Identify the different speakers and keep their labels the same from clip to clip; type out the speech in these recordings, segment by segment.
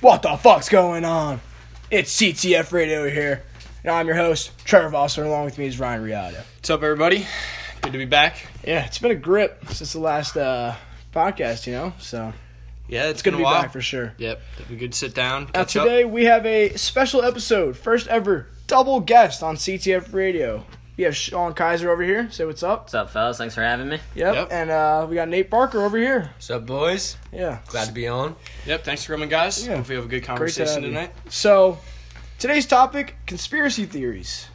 Speaker 1: What the fuck's going on? It's CTF Radio here, and I'm your host, Trevor Vossler. Along with me is Ryan Riata.
Speaker 2: What's up, everybody? Good to be back.
Speaker 1: Yeah, it's been a grip since the last uh, podcast, you know. So
Speaker 2: Yeah,
Speaker 1: it's good to be back for sure.
Speaker 2: Yep, we could sit down.
Speaker 1: Now
Speaker 2: Catch
Speaker 1: today we have a special episode, first ever double guest on CTF Radio. We have Sean Kaiser over here. Say what's up.
Speaker 3: What's up, fellas? Thanks for having me.
Speaker 1: Yep.
Speaker 2: Yep.
Speaker 1: And uh, we got Nate Barker over here.
Speaker 4: What's up, boys?
Speaker 1: Yeah.
Speaker 4: Glad to be on.
Speaker 2: up. Yep, thanks for coming, guys.
Speaker 1: Yeah.
Speaker 2: Hope we have a good
Speaker 1: Great to have
Speaker 2: conversation
Speaker 1: you.
Speaker 2: tonight.
Speaker 1: So, today's topic conspiracy theories.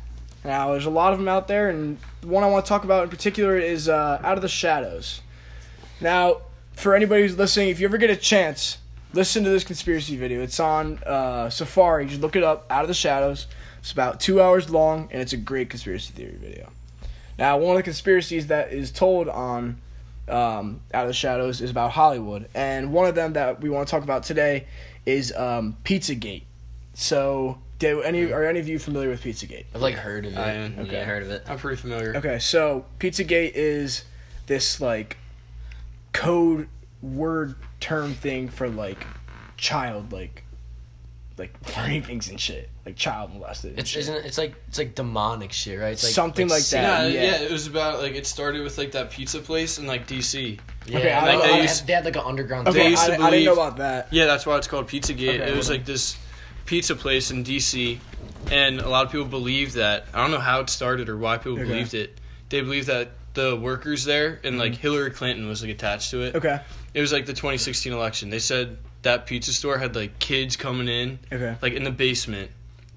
Speaker 1: Now, there's a lot of them out there, and the one I want to talk about in particular is uh, Out of the Shadows. Now, for anybody who's listening, if you ever get a chance, listen to this conspiracy video. It's on uh, Safari. You should look it up, Out of the Shadows. It's about two hours long, and it's a great conspiracy theory video. Now, one of the conspiracies that is told on um, Out of the Shadows is about Hollywood, and one of them that we want to talk about today is um, Pizzagate. So, do
Speaker 2: Mm-hmm.
Speaker 1: any are any of you familiar with Pizzagate?
Speaker 4: I've like heard of it.
Speaker 2: I am.
Speaker 3: Yeah, I heard of it.
Speaker 2: I'm pretty familiar.
Speaker 1: Okay, so Pizzagate is this like code word term thing for like child like like rapings and shit, like child molested. and
Speaker 4: it's
Speaker 1: shit.
Speaker 4: isn't it- it's like it's like demonic shit, right? It's like
Speaker 1: Something like that.
Speaker 2: Yeah,
Speaker 1: Yeah.
Speaker 2: yeah, It was about like it started with like that pizza place in like DC.
Speaker 4: Yeah,
Speaker 1: Okay, I
Speaker 4: like
Speaker 2: don't-
Speaker 4: they,
Speaker 2: I-
Speaker 4: used, they had like an underground.
Speaker 1: okay,
Speaker 2: They
Speaker 4: thing.
Speaker 2: used
Speaker 1: I,
Speaker 2: to
Speaker 1: I didn't know
Speaker 2: believe-
Speaker 1: about that.
Speaker 2: Yeah, that's why it's called Pizzagate.
Speaker 1: Okay.
Speaker 2: it was like this pizza place in DC, and a lot of people believe that. I don't know how it started or why people
Speaker 1: Okay.
Speaker 2: believed it. They believe that the workers there and like Hillary Clinton was like attached to it.
Speaker 1: Mm-hmm. Okay,
Speaker 2: It was like the 2016 election. They said that pizza store had like kids coming in,
Speaker 1: okay.
Speaker 2: like in the basement,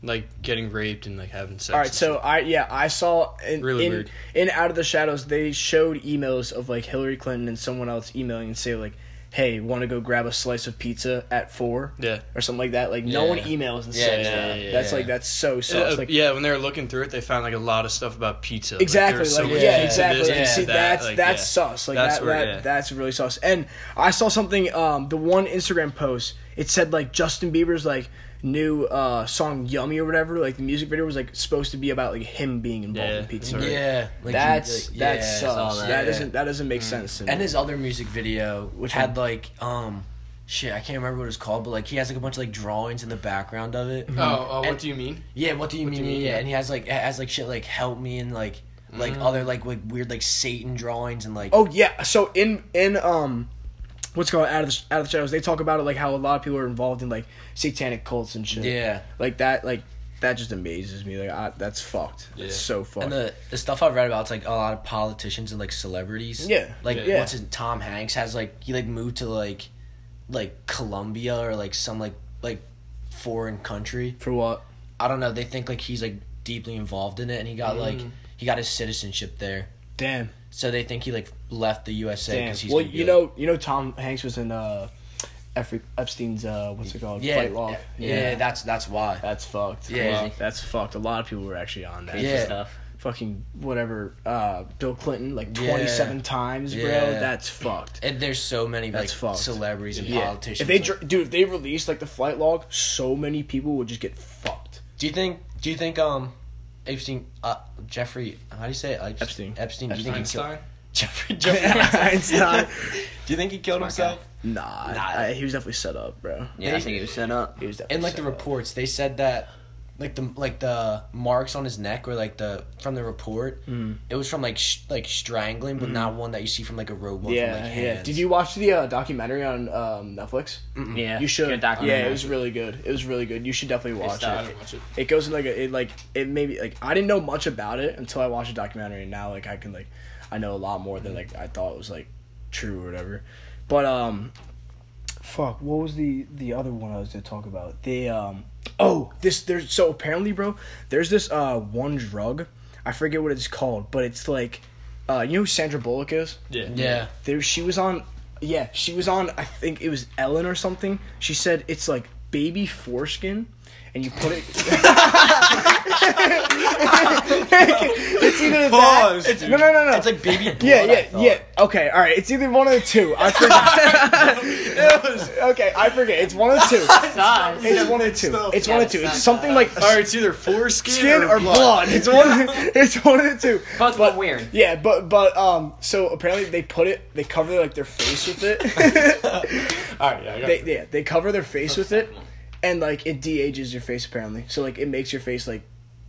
Speaker 2: like getting raped and like having sex.
Speaker 1: All
Speaker 2: and
Speaker 1: right, so
Speaker 2: shit.
Speaker 1: I yeah I saw in
Speaker 2: Really
Speaker 1: in,
Speaker 2: weird.
Speaker 1: in Out of the Shadows they showed emails of like Hillary Clinton and someone else emailing and say like, hey, want to go grab a slice of pizza at four
Speaker 2: yeah,
Speaker 1: or something like that. Like no
Speaker 4: Yeah.
Speaker 1: one emails and
Speaker 4: Yeah,
Speaker 1: says
Speaker 4: yeah,
Speaker 1: that.
Speaker 4: yeah,
Speaker 1: that's
Speaker 4: yeah.
Speaker 1: like that's so
Speaker 2: Uh,
Speaker 1: sus. Like
Speaker 2: yeah. When they were looking through it, they found like a lot of stuff about pizza. Like, there
Speaker 1: exactly,
Speaker 2: was so
Speaker 1: like,
Speaker 2: much
Speaker 1: yeah,
Speaker 2: pizza
Speaker 1: exactly.
Speaker 2: this,
Speaker 1: Like,
Speaker 2: pizza
Speaker 1: see,
Speaker 2: that,
Speaker 1: that's
Speaker 2: like,
Speaker 1: that's
Speaker 2: yeah.
Speaker 1: sus. Like
Speaker 2: That's
Speaker 1: that,
Speaker 2: where-
Speaker 1: that
Speaker 2: yeah.
Speaker 1: that's really sus. And I saw something. Um, the one Instagram post it said like Justin Bieber's like new uh song "Yummy" or whatever. Like the music video was like supposed to be about like him being involved
Speaker 2: Yeah,
Speaker 1: in pizza.
Speaker 2: sorry.
Speaker 4: Yeah, like
Speaker 1: That's
Speaker 4: he- like-
Speaker 1: that's
Speaker 4: yeah, I saw
Speaker 1: sus. that
Speaker 4: Yeah. Hmm.
Speaker 1: doesn't that doesn't make sense. To me.
Speaker 4: And his other music video,
Speaker 1: Which
Speaker 4: which had
Speaker 1: one?
Speaker 4: like um, shit, I can't remember what it's called, but like he has like a bunch of like drawings in the background of it.
Speaker 2: Oh, uh, what
Speaker 4: And-
Speaker 2: do you mean?
Speaker 4: Yeah, what do you mean?
Speaker 2: do you mean? Mm-hmm.
Speaker 4: Yeah, and he has like it has like shit like help me and like like other like like weird like Satan drawings and like
Speaker 1: Oh yeah. So in in um, what's it called out of the, out of the shadows, they talk about it like how a lot of people are involved in like satanic cults and shit.
Speaker 4: yeah.
Speaker 1: Like that. Like that just amazes me. Like I, that's fucked. It's
Speaker 2: Yeah.
Speaker 1: so fucked.
Speaker 4: And the, the stuff I've read about, it's like a lot of politicians and like celebrities.
Speaker 1: Yeah,
Speaker 4: Like
Speaker 1: yeah.
Speaker 4: what's his Tom Hanks has like he like moved to like like Colombia or like some like like foreign country.
Speaker 1: For what?
Speaker 4: I don't know. They think like he's like deeply involved in it, and he got like
Speaker 2: Mm.
Speaker 4: he got his citizenship there.
Speaker 1: Damn.
Speaker 4: So they think he like left the USA
Speaker 1: Damn.
Speaker 4: because he's
Speaker 1: Well,
Speaker 4: gonna
Speaker 1: you
Speaker 4: do it.
Speaker 1: know, you know, Tom Hanks was in uh, Epre- Epstein's uh, what's it called?
Speaker 4: yeah,
Speaker 1: Flight log.
Speaker 4: yeah, yeah, that's that's why.
Speaker 1: That's fucked.
Speaker 4: Yeah.
Speaker 1: Wow, that's fucked. A lot of people were actually on that.
Speaker 4: Yeah.
Speaker 3: Stuff.
Speaker 1: Fucking whatever. Uh, Bill Clinton like
Speaker 4: Yeah.
Speaker 1: twenty-seven times, bro.
Speaker 4: Yeah.
Speaker 1: That's fucked.
Speaker 4: And there's so many like
Speaker 1: That's fucked.
Speaker 4: celebrities and
Speaker 1: Yeah.
Speaker 4: politicians.
Speaker 1: If they
Speaker 4: like-
Speaker 1: dr- dude, if they released like the flight log, so many people would just get fucked.
Speaker 4: Do you think? Do you think? Um, Epstein, uh, Jeffrey. How do you say it? Like,
Speaker 1: Epstein.
Speaker 4: Epstein. Do you think he killed
Speaker 2: Einstein.
Speaker 4: Jeffrey?
Speaker 1: It's not.
Speaker 4: Jeffrey. do you think he killed
Speaker 3: Smart
Speaker 4: himself?
Speaker 1: Nah, I- he was definitely set up, bro.
Speaker 3: Yeah, I think it was set up.
Speaker 1: He was definitely
Speaker 4: In like the
Speaker 1: set up.
Speaker 4: reports, they said that, like the like the marks on his neck were like the from the report.
Speaker 1: Hmm.
Speaker 4: Mm. It was from like sh- like strangling, but not one that you see from like a rope. One
Speaker 1: Yeah,
Speaker 4: from, like,
Speaker 1: yeah.
Speaker 4: hands.
Speaker 1: Did you watch the uh, documentary on um, Netflix?
Speaker 3: Yeah,
Speaker 1: you should.
Speaker 3: Good
Speaker 1: yeah,
Speaker 3: documentary.
Speaker 1: it was really good. It was really good. You should definitely watch
Speaker 3: stuff.
Speaker 2: I
Speaker 1: it.
Speaker 2: don't watch it.
Speaker 1: It goes in like a, it like it maybe like I didn't know much about it until I watched a documentary. And now like I can like I know a lot more than like I thought was like true or whatever. But um, fuck, what was the the other one I was gonna talk about? The um, oh this there's so apparently, bro, there's this uh one drug. I forget what it's called, but it's like, uh, you know who Sandra Bullock is?
Speaker 2: Yeah.
Speaker 4: Yeah.
Speaker 1: there she was on yeah she was on i think it was ellen or something she said it's like baby foreskin and you put it it's either
Speaker 2: Pause,
Speaker 1: that it's,
Speaker 2: dude.
Speaker 1: no no no no
Speaker 4: It's like baby. Blood,
Speaker 1: yeah
Speaker 4: I
Speaker 1: yeah
Speaker 4: thought.
Speaker 1: yeah okay all right it's either one of the two i forget okay i forget it's one of the two
Speaker 3: Size.
Speaker 1: it's one of the two it's one of the two it's something like
Speaker 2: Or it's either foreskin
Speaker 1: skin or blood it's one it's one of the two
Speaker 3: Both were weird.
Speaker 1: yeah, but but um, so apparently they put it, they cover like their face with it.
Speaker 2: All right, yeah, I got
Speaker 1: they yeah, they cover their face with it, and like it de-ages your face apparently. So like it makes your face like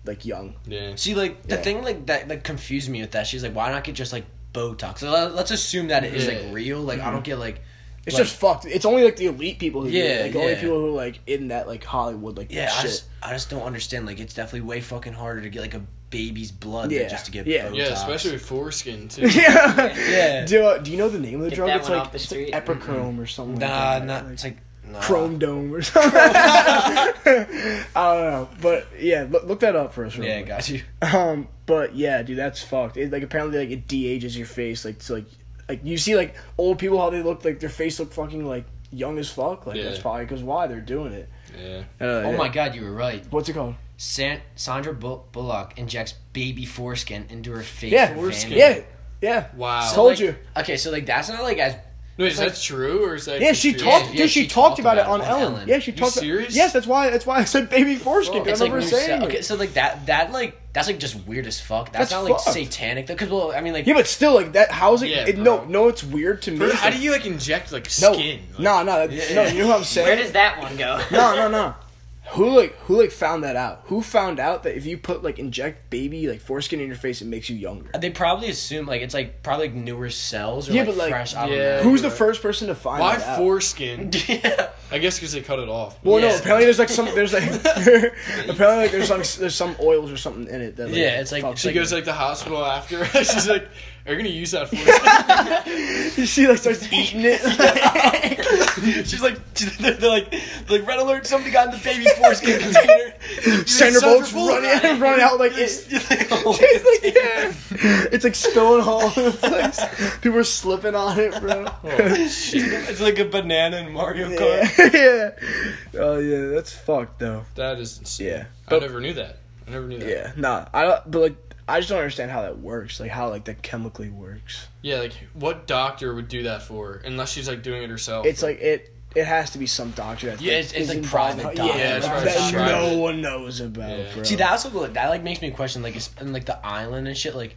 Speaker 1: like young.
Speaker 2: Yeah.
Speaker 4: See, like the
Speaker 1: Yeah.
Speaker 4: thing like that like confused me with that. She's like, why not get just like Botox? So let- let's assume that it is
Speaker 2: Yeah.
Speaker 4: like real. Like I don't get like.
Speaker 1: Mm-hmm. It's
Speaker 4: like-
Speaker 1: just fucked. It's only like the elite people who do it.
Speaker 4: Yeah,
Speaker 1: Like only
Speaker 4: yeah.
Speaker 1: people who are, like in that like Hollywood like
Speaker 4: yeah. I
Speaker 1: shit.
Speaker 4: just I just don't understand. Like it's definitely way fucking harder to get like a baby's blood
Speaker 1: Yeah.
Speaker 4: than just to get
Speaker 1: Yeah.
Speaker 4: Botox.
Speaker 2: Yeah, especially with foreskin too.
Speaker 1: yeah.
Speaker 4: Yeah. Mm-hmm.
Speaker 1: Do, uh, do you know the name of the
Speaker 3: Get
Speaker 1: drug?
Speaker 3: that
Speaker 1: It's
Speaker 3: one
Speaker 1: like,
Speaker 3: off the
Speaker 1: it's like
Speaker 3: street.
Speaker 1: Epichrome or something.
Speaker 4: Nah,
Speaker 1: like that.
Speaker 4: not
Speaker 1: Like,
Speaker 4: it's like nah.
Speaker 1: Chrome Dome or something. I don't know, but yeah, look, look that up for us. real
Speaker 4: Yeah,
Speaker 1: quick.
Speaker 4: got you.
Speaker 1: Um, but yeah, dude, that's fucked. It, like apparently, like it de-ages your face. Like, so, like, like you see like old people how they look like their face look fucking like young as fuck. Like
Speaker 2: Yeah.
Speaker 1: that's probably because why they're doing it.
Speaker 2: yeah.
Speaker 4: Oh my god, you were right.
Speaker 1: What's it called?
Speaker 4: San- Sandra Bu- Bullock injects baby foreskin into her face.
Speaker 1: Yeah,
Speaker 4: for vanity.
Speaker 1: yeah, yeah.
Speaker 2: Wow.
Speaker 1: So-
Speaker 4: So,
Speaker 1: Told
Speaker 4: like-
Speaker 1: you.
Speaker 4: Okay, so like that's not like as
Speaker 2: no, is that true or is that?
Speaker 1: Yeah, she
Speaker 2: just-
Speaker 1: talked.
Speaker 4: yeah,
Speaker 1: dude, she, talked, about, it on Ellen.
Speaker 4: Ellen.
Speaker 1: Yeah, she
Speaker 2: You
Speaker 1: talked. about-
Speaker 2: serious?
Speaker 1: yes, that's why. That's why I said baby foreskin. 'cause
Speaker 4: it's
Speaker 1: I
Speaker 4: like
Speaker 1: remember
Speaker 4: new
Speaker 1: saying.
Speaker 4: se-
Speaker 1: it.
Speaker 4: okay, so like that that like that's like just weird as fuck. That's,
Speaker 1: That's
Speaker 4: not like
Speaker 1: fucked.
Speaker 4: satanic though, because well, I mean like
Speaker 1: Yeah, but still, like that. How's it?
Speaker 2: Yeah,
Speaker 1: it-
Speaker 2: bro.
Speaker 1: no, no, it's weird to me.
Speaker 2: Bro, how do you like inject like
Speaker 1: no,
Speaker 2: skin? Like,
Speaker 1: no, no, that- no. You know what I'm saying?
Speaker 3: Where does that one go?
Speaker 1: no, no, no. Who like who like found that out? Who found out that if you put like inject baby like foreskin in your face, it makes you younger?
Speaker 4: they probably assume like it's like probably like newer cells or
Speaker 1: Yeah,
Speaker 4: like,
Speaker 1: but, like,
Speaker 4: fresh. I don't
Speaker 2: yeah.
Speaker 1: Who's the
Speaker 2: right.
Speaker 1: first person to find
Speaker 2: Why
Speaker 1: that out?
Speaker 2: foreskin?
Speaker 4: know. yeah.
Speaker 2: I guess because they cut it off.
Speaker 1: well, no.
Speaker 4: Yeah.
Speaker 1: Apparently, there's like some there's like apparently like there's some there's some oils or something in it that like,
Speaker 4: Yeah, it's like-
Speaker 1: fucks
Speaker 4: it's
Speaker 2: she
Speaker 1: it.
Speaker 2: goes to, like the hospital after. She's like, "Are you gonna use that foreskin?"
Speaker 1: she like starts eating it.
Speaker 4: She's like they're, they're like they're like red alert. Somebody got in the baby foreskin container.
Speaker 1: Sandra Bullock's
Speaker 4: Bullock.
Speaker 1: running running out like it's,
Speaker 4: It's like, oh,
Speaker 1: it's like yeah. it's like spilling all over the place. People are slipping on it, bro.
Speaker 4: Oh, it's like a banana in Mario
Speaker 1: yeah.
Speaker 4: Kart.
Speaker 1: yeah. Oh yeah, that's fucked though.
Speaker 2: that is insane.
Speaker 1: Yeah.
Speaker 2: I
Speaker 1: But-
Speaker 2: never knew that. I never knew that.
Speaker 1: Yeah, nah, I don't. But like, I just don't understand how that works. Like how like that chemically works.
Speaker 2: Yeah, like what doctor would do that for? Unless she's like doing it herself.
Speaker 1: It's like it. It has to be some doctor. That
Speaker 4: Yeah, it's-
Speaker 1: is
Speaker 4: it's like
Speaker 1: involved-
Speaker 4: private
Speaker 1: Yeah,
Speaker 4: doctor.
Speaker 2: Yeah, it's
Speaker 1: that,
Speaker 2: probably some
Speaker 1: no
Speaker 2: private-
Speaker 1: one knows about.
Speaker 2: Yeah.
Speaker 1: Bro.
Speaker 4: See, that's what like, that like makes me question like is- and like the island and shit like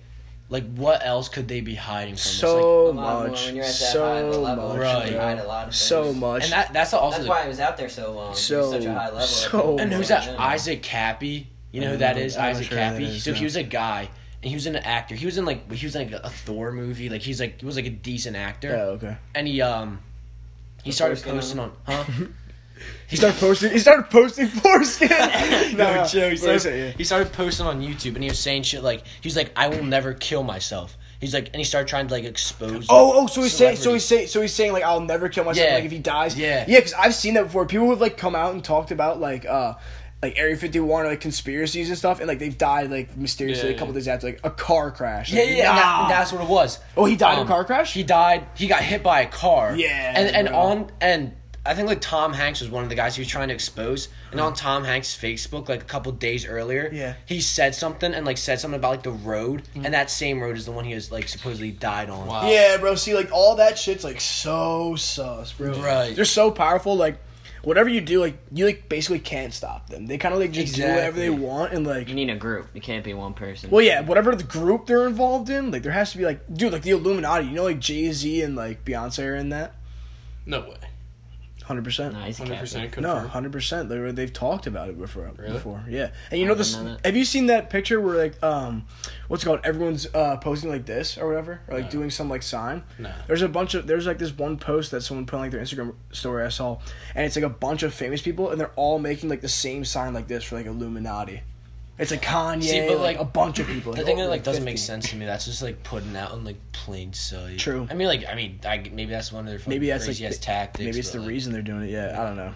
Speaker 4: like what else could they be hiding from? It's like-
Speaker 1: so
Speaker 3: A lot more
Speaker 1: much,
Speaker 3: when you're at that high of a
Speaker 1: so
Speaker 3: level,
Speaker 1: much,
Speaker 4: Right.
Speaker 1: bro.
Speaker 4: you
Speaker 3: hide a lot of
Speaker 1: so
Speaker 3: things.
Speaker 1: much.
Speaker 4: and that that's also
Speaker 3: That's
Speaker 4: the-
Speaker 3: why I was out there so long.
Speaker 1: So-
Speaker 3: So, such a high level.
Speaker 1: so-
Speaker 4: and who's
Speaker 3: Yeah.
Speaker 4: that? Isaac Cappy. You know who that is?
Speaker 1: Mm, I'm not
Speaker 4: Isaac
Speaker 1: sure who that
Speaker 4: Cappy.
Speaker 1: is,
Speaker 4: so
Speaker 1: no.
Speaker 4: he was a guy, and he was an actor. He was in like he was in, like a Thor movie. Like he's like he was like a decent actor,
Speaker 1: yeah, okay.
Speaker 4: and he um he
Speaker 3: The
Speaker 4: started
Speaker 3: foreskin
Speaker 4: posting on, huh?
Speaker 1: He started posting. He started posting foreskin.
Speaker 4: no, Joe. He
Speaker 1: what
Speaker 4: started,
Speaker 1: is it? Yeah.
Speaker 4: he started posting on YouTube, and he was saying shit like he's like I will never kill myself. He's like, and he started trying to like expose.
Speaker 1: Oh, oh, so he's saying, so
Speaker 4: celebrities.
Speaker 1: he's saying, so he's saying, like, I'll never kill myself,
Speaker 4: Yeah.
Speaker 1: like, if he dies.
Speaker 4: Yeah.
Speaker 1: yeah, because I've seen that before. People have like come out and talked about like, uh, like Area Fifty One, like conspiracies and stuff, and like they've died like mysteriously
Speaker 2: Yeah,
Speaker 1: a couple
Speaker 2: yeah.
Speaker 1: days after, like a car crash.
Speaker 4: Yeah,
Speaker 1: Like,
Speaker 4: yeah, yeah. and that-
Speaker 1: nah.
Speaker 4: that's what it was. Um,
Speaker 1: Oh, he died in a car crash?
Speaker 4: He died. He got hit by a car.
Speaker 1: Yeah,
Speaker 4: and and
Speaker 1: bro.
Speaker 4: on and I think like Tom Hanks was one of the guys he was trying to expose. And on Tom Hanks' Facebook, like a couple days earlier,
Speaker 1: Yeah. Mm-hmm.
Speaker 4: he said something and like said something about like the road, and that same road is the one he was like supposedly died on.
Speaker 2: Wow.
Speaker 1: yeah, bro. See, like all that shit's like so sus, bro.
Speaker 4: Right.
Speaker 1: they're so powerful. Like, whatever you do, like you like basically can't stop them. They kind of like just do whatever they
Speaker 4: Exactly.
Speaker 1: want and like
Speaker 3: You need a group. You can't be one person.
Speaker 1: Well, yeah, whatever the group they're involved in, like there has to be like, dude, like the Illuminati. You know, like Jay Z and like Beyonce are in that.
Speaker 2: no way.
Speaker 1: Hundred percent.
Speaker 3: Nice.
Speaker 2: Hundred percent
Speaker 1: No,
Speaker 2: confirmed.
Speaker 1: hundred percent. They were- they've talked about it before.
Speaker 2: Really?
Speaker 1: Before, yeah. And you know
Speaker 3: I
Speaker 1: this?
Speaker 3: didn't know that.
Speaker 1: Have you seen that picture where like um, what's it called? Everyone's uh posting like this or whatever, or like
Speaker 2: No.
Speaker 1: doing some like sign.
Speaker 2: No.
Speaker 1: There's a bunch of there's like this one post that someone put on like their Instagram story I saw, and it's like a bunch of famous people, and they're all making like the same sign like this for like Illuminati. It's like Kanye,
Speaker 4: See, but,
Speaker 1: like,
Speaker 4: like,
Speaker 1: a bunch of people.
Speaker 4: The thing that
Speaker 1: over
Speaker 4: like doesn't make
Speaker 1: 50.
Speaker 4: sense to me, that's just like putting out on like plain sight.
Speaker 1: True.
Speaker 4: I mean, like I mean, I, maybe that's one of their
Speaker 1: Maybe that's like
Speaker 4: crazy ass
Speaker 1: the-
Speaker 4: tactics.
Speaker 1: Maybe it's
Speaker 4: but,
Speaker 1: the
Speaker 4: like,
Speaker 1: reason they're doing it. Yeah, I don't know.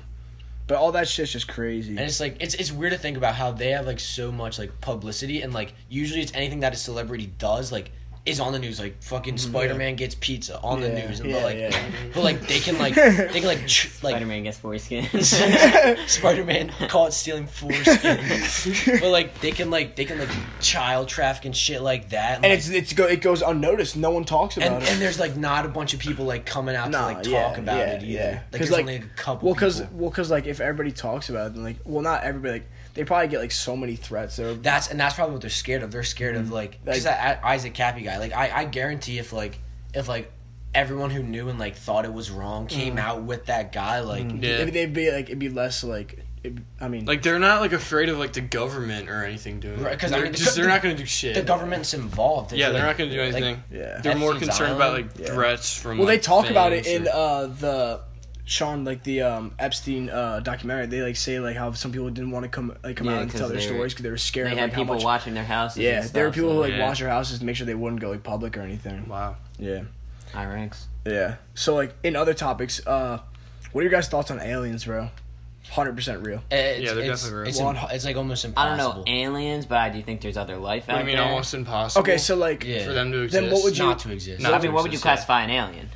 Speaker 1: But all that shit's just crazy.
Speaker 4: And it's like it's it's weird to think about how they have like so much like publicity and like usually it's anything that a celebrity does like is on the news like fucking Spider Man gets pizza on the
Speaker 1: Mm, Yeah,
Speaker 4: news and
Speaker 1: yeah,
Speaker 4: but like
Speaker 1: yeah.
Speaker 4: but like they can like they can like ch-
Speaker 3: Spider
Speaker 4: like
Speaker 3: Man gets foreskin.
Speaker 4: Spider Man caught stealing foreskin but like they can like they can like child traffic and shit like that and,
Speaker 1: And
Speaker 4: like,
Speaker 1: it's it's go it goes unnoticed. No one talks about
Speaker 4: and,
Speaker 1: it.
Speaker 4: and there's like not a bunch of people like coming out
Speaker 1: Nah,
Speaker 4: to like
Speaker 1: yeah,
Speaker 4: talk about
Speaker 1: yeah,
Speaker 4: it either
Speaker 1: yeah.
Speaker 4: like
Speaker 1: 'Cause,
Speaker 4: there's
Speaker 1: like-
Speaker 4: only like, a couple
Speaker 1: well, cause
Speaker 4: people.
Speaker 1: well, 'cause, like if everybody talks about it, then like well, not everybody. Like they probably get like so many threats. They're,
Speaker 4: That's and that's probably what they're scared of. They're scared of like
Speaker 1: Like-
Speaker 4: because that I- Isaac Cappy guy. Like I, I guarantee if like if like everyone who knew and like thought it was wrong came out with that guy like
Speaker 1: Mm.
Speaker 2: Yeah.
Speaker 1: Maybe they'd be like it'd be less like it, I mean,
Speaker 2: Like they're not like afraid of like the government or anything doing.
Speaker 4: Right,
Speaker 2: it.
Speaker 4: 'cause, I
Speaker 2: they're
Speaker 4: mean, the
Speaker 2: just
Speaker 4: gov-
Speaker 2: they're not going to do shit.
Speaker 4: The government's involved.
Speaker 2: yeah, they're
Speaker 4: like-
Speaker 2: not going to do
Speaker 4: like,
Speaker 2: anything.
Speaker 1: yeah.
Speaker 2: they're more
Speaker 4: Epstein's
Speaker 2: concerned about
Speaker 4: Island?
Speaker 2: like
Speaker 1: Yeah.
Speaker 2: threats from.
Speaker 1: Well, they
Speaker 2: like,
Speaker 1: talk about it
Speaker 2: fans
Speaker 1: in
Speaker 2: or-
Speaker 1: uh, the Sean like the um, Epstein uh, documentary. They like say like how some people didn't want to come like come
Speaker 3: Yeah,
Speaker 1: out and
Speaker 3: 'cause
Speaker 1: tell their
Speaker 3: they were-
Speaker 1: stories because they were scared.
Speaker 3: They
Speaker 1: of,
Speaker 3: had
Speaker 1: like, how
Speaker 3: people
Speaker 1: much-
Speaker 3: watching their houses.
Speaker 1: Yeah,
Speaker 3: and stuff,
Speaker 1: there were people
Speaker 3: so-
Speaker 1: who like
Speaker 2: Yeah.
Speaker 1: watch their houses to make sure they wouldn't go like public or anything.
Speaker 2: wow.
Speaker 1: Yeah,
Speaker 3: High ranks.
Speaker 1: yeah. So like in other topics, uh, what are your guys' thoughts on aliens, bro? Hundred percent real.
Speaker 4: It's,
Speaker 2: Yeah, they're
Speaker 4: it's,
Speaker 2: definitely real.
Speaker 4: It's,
Speaker 1: Well,
Speaker 4: impo- it's like almost
Speaker 3: I don't
Speaker 4: impossible.
Speaker 3: know aliens, but I do think there's other life out
Speaker 2: I mean,
Speaker 3: there.
Speaker 2: almost impossible.
Speaker 1: Okay, so like
Speaker 4: Yeah.
Speaker 2: for them to exist.
Speaker 1: Then what would you-
Speaker 4: not to exist.
Speaker 2: No.
Speaker 3: I mean, what would you
Speaker 2: exist, yeah.
Speaker 3: classify an alien?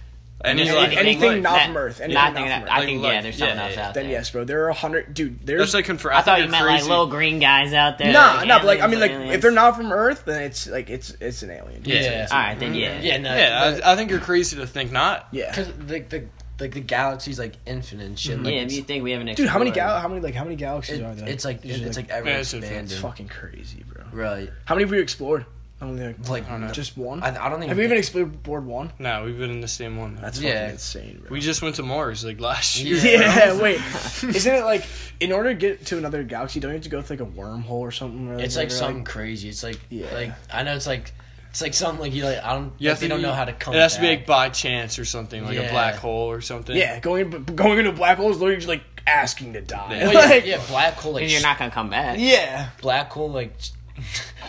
Speaker 2: Any,
Speaker 1: Anything-
Speaker 2: like,
Speaker 1: anything
Speaker 2: like-
Speaker 1: not- from Earth, anything
Speaker 3: nothing.
Speaker 1: not from
Speaker 3: I
Speaker 2: Earth.
Speaker 3: think
Speaker 2: Like,
Speaker 3: yeah, there's something
Speaker 2: yeah,
Speaker 3: else
Speaker 2: yeah.
Speaker 3: out
Speaker 1: Then
Speaker 3: there.
Speaker 1: yes, bro. There are a hundred, dude. There's
Speaker 2: That's like confirmed.
Speaker 3: I thought you
Speaker 2: they're
Speaker 3: meant
Speaker 2: crazy.
Speaker 3: like little green guys out there.
Speaker 1: nah,
Speaker 3: like
Speaker 1: nah. But like I
Speaker 3: aliens,
Speaker 1: mean, like if
Speaker 3: aliens.
Speaker 1: they're not from Earth, then it's like it's it's an alien.
Speaker 4: Yeah.
Speaker 1: It's- it's-
Speaker 3: all right, then yeah.
Speaker 4: Yeah, no.
Speaker 2: Yeah,
Speaker 4: the-
Speaker 2: I, I think you're crazy to think not.
Speaker 1: yeah.
Speaker 4: Because like the like the galaxy's like infinite and shit. Like,
Speaker 3: Mm-hmm. yeah. If
Speaker 4: it's,
Speaker 3: you think we haven't
Speaker 1: Dude,
Speaker 3: explored,
Speaker 1: how many gal? How many like how many galaxies
Speaker 4: it-
Speaker 1: are there?
Speaker 4: it's like
Speaker 1: There's,
Speaker 4: it's like ever
Speaker 2: Yeah, it's infinite.
Speaker 1: it's fucking
Speaker 4: expanding.
Speaker 1: crazy, bro.
Speaker 4: Right.
Speaker 1: How many have we explored? I don't think
Speaker 4: Like
Speaker 2: I don't know.
Speaker 1: just one.
Speaker 4: I, I don't even.
Speaker 1: have we even explored one?
Speaker 2: No, we've been in the same one.
Speaker 1: That's
Speaker 4: Yeah.
Speaker 1: fucking insane, bro.
Speaker 2: we just went to Mars like last year.
Speaker 4: Yeah.
Speaker 1: Yeah, wait. Isn't it like in order to get to another galaxy, don't you have to go through like a wormhole or something? Or
Speaker 4: It's like
Speaker 1: you're,
Speaker 4: something crazy. It's like
Speaker 1: Yeah.
Speaker 4: like I know it's like it's like something like you like I don't.
Speaker 2: You
Speaker 4: like,
Speaker 2: have
Speaker 4: they
Speaker 2: to
Speaker 4: don't
Speaker 2: be-
Speaker 4: know how to come.
Speaker 2: It has to be
Speaker 4: back.
Speaker 2: like by chance or something, like a
Speaker 4: Yeah.
Speaker 2: black hole or something.
Speaker 1: yeah, going in- going into a black hole is literally just like asking to die.
Speaker 2: Yeah.
Speaker 4: Well, yeah,
Speaker 1: Like-
Speaker 4: yeah, black hole like
Speaker 3: Because you're not gonna come back.
Speaker 1: yeah.
Speaker 4: black hole like.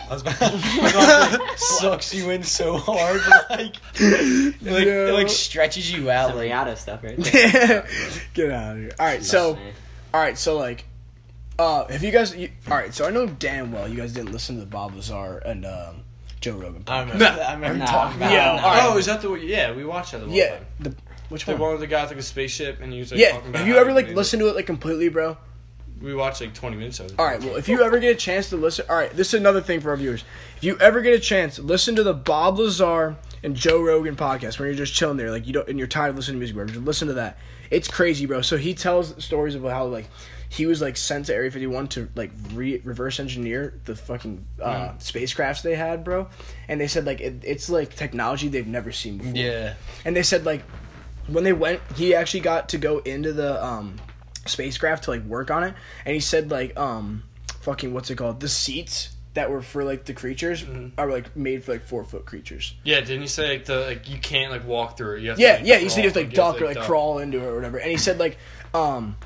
Speaker 4: I was about, I was about to say, sucks you in so hard, but, like, it, like it
Speaker 1: No.
Speaker 4: like stretches you out,
Speaker 3: Some
Speaker 4: like
Speaker 3: Rihanna stuff right there.
Speaker 1: Get out of here. All right, so
Speaker 3: Man.
Speaker 1: all right, so like, uh, if you guys, you, all right, so I know damn well you guys didn't listen to the Bob Lazar and um, Joe Rogan.
Speaker 2: Ah,
Speaker 4: I
Speaker 1: Podcast.
Speaker 4: remember. that. I remember
Speaker 3: Nah.
Speaker 4: talking about.
Speaker 1: Yo,
Speaker 4: it.
Speaker 1: all right.
Speaker 2: Oh, is that the one? Yeah, we watched that the one
Speaker 1: yeah,
Speaker 2: time.
Speaker 1: the which
Speaker 2: The
Speaker 1: one?
Speaker 2: one with the guy with like a spaceship and he was like
Speaker 1: yeah,
Speaker 2: talking about
Speaker 1: have you
Speaker 2: how
Speaker 1: ever
Speaker 2: he
Speaker 1: like
Speaker 2: made it.
Speaker 1: listened to it like completely, bro?
Speaker 2: We watched like 20 minutes of it.
Speaker 1: All right, well, if you ever get a chance to listen, all right, this is another thing for our viewers. If you ever get a chance, listen to the Bob Lazar and Joe Rogan podcast when you're just chilling there, like you don't, and you're tired of listening to music, whatever. Just listen to that. It's crazy, bro. So he tells stories about how like he was like sent to Area 51 to like re- reverse engineer the fucking uh, spacecrafts they had, bro. And they said like it, it's like technology they've never seen before
Speaker 4: Yeah,
Speaker 1: and they said like when they went he actually got to go into the um spacecraft to like work on it and he said like um fucking what's it called the seats that were for like the creatures are like made for like four foot creatures
Speaker 2: Yeah, didn't you say like the like you can't like walk through it? You have
Speaker 1: yeah
Speaker 2: to, like,
Speaker 1: yeah you said you have to
Speaker 2: crawl,
Speaker 1: like duck or
Speaker 2: you
Speaker 1: like
Speaker 2: have to,
Speaker 1: crawl into it or whatever and he said like um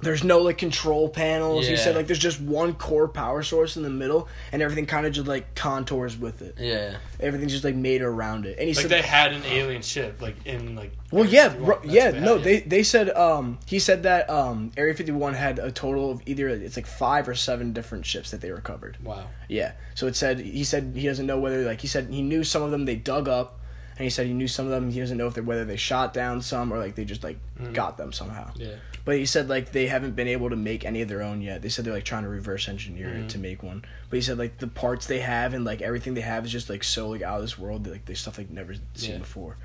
Speaker 1: there's no like control panels he said
Speaker 4: Yeah.
Speaker 1: like there's just one core power source in the middle and everything kind of just like contours with it
Speaker 4: yeah.
Speaker 1: everything's just like made around it and he
Speaker 2: Like
Speaker 1: said
Speaker 2: they had an alien ship like in like.
Speaker 1: Well,
Speaker 2: Area
Speaker 1: yeah,
Speaker 2: 51.
Speaker 1: bro,
Speaker 2: That's
Speaker 1: yeah,
Speaker 2: bad,
Speaker 1: no, they they said um he said that um Area 51 had a total of either it's like 5 or 7 different ships that they recovered.
Speaker 2: Wow.
Speaker 1: Yeah. So it said he said he doesn't know whether like he said he knew some of them they dug up and he said he knew some of them he doesn't know if they whether they shot down some or like they just like got them somehow.
Speaker 2: Mm. Yeah.
Speaker 1: But he said like they haven't been able to make any of their own yet. They said they're like trying to reverse engineer
Speaker 2: Mm.
Speaker 1: it to make one. But he said like the parts they have and like everything they have is just like so like out of this world that like they stuff like never seen
Speaker 2: Yeah.
Speaker 1: before.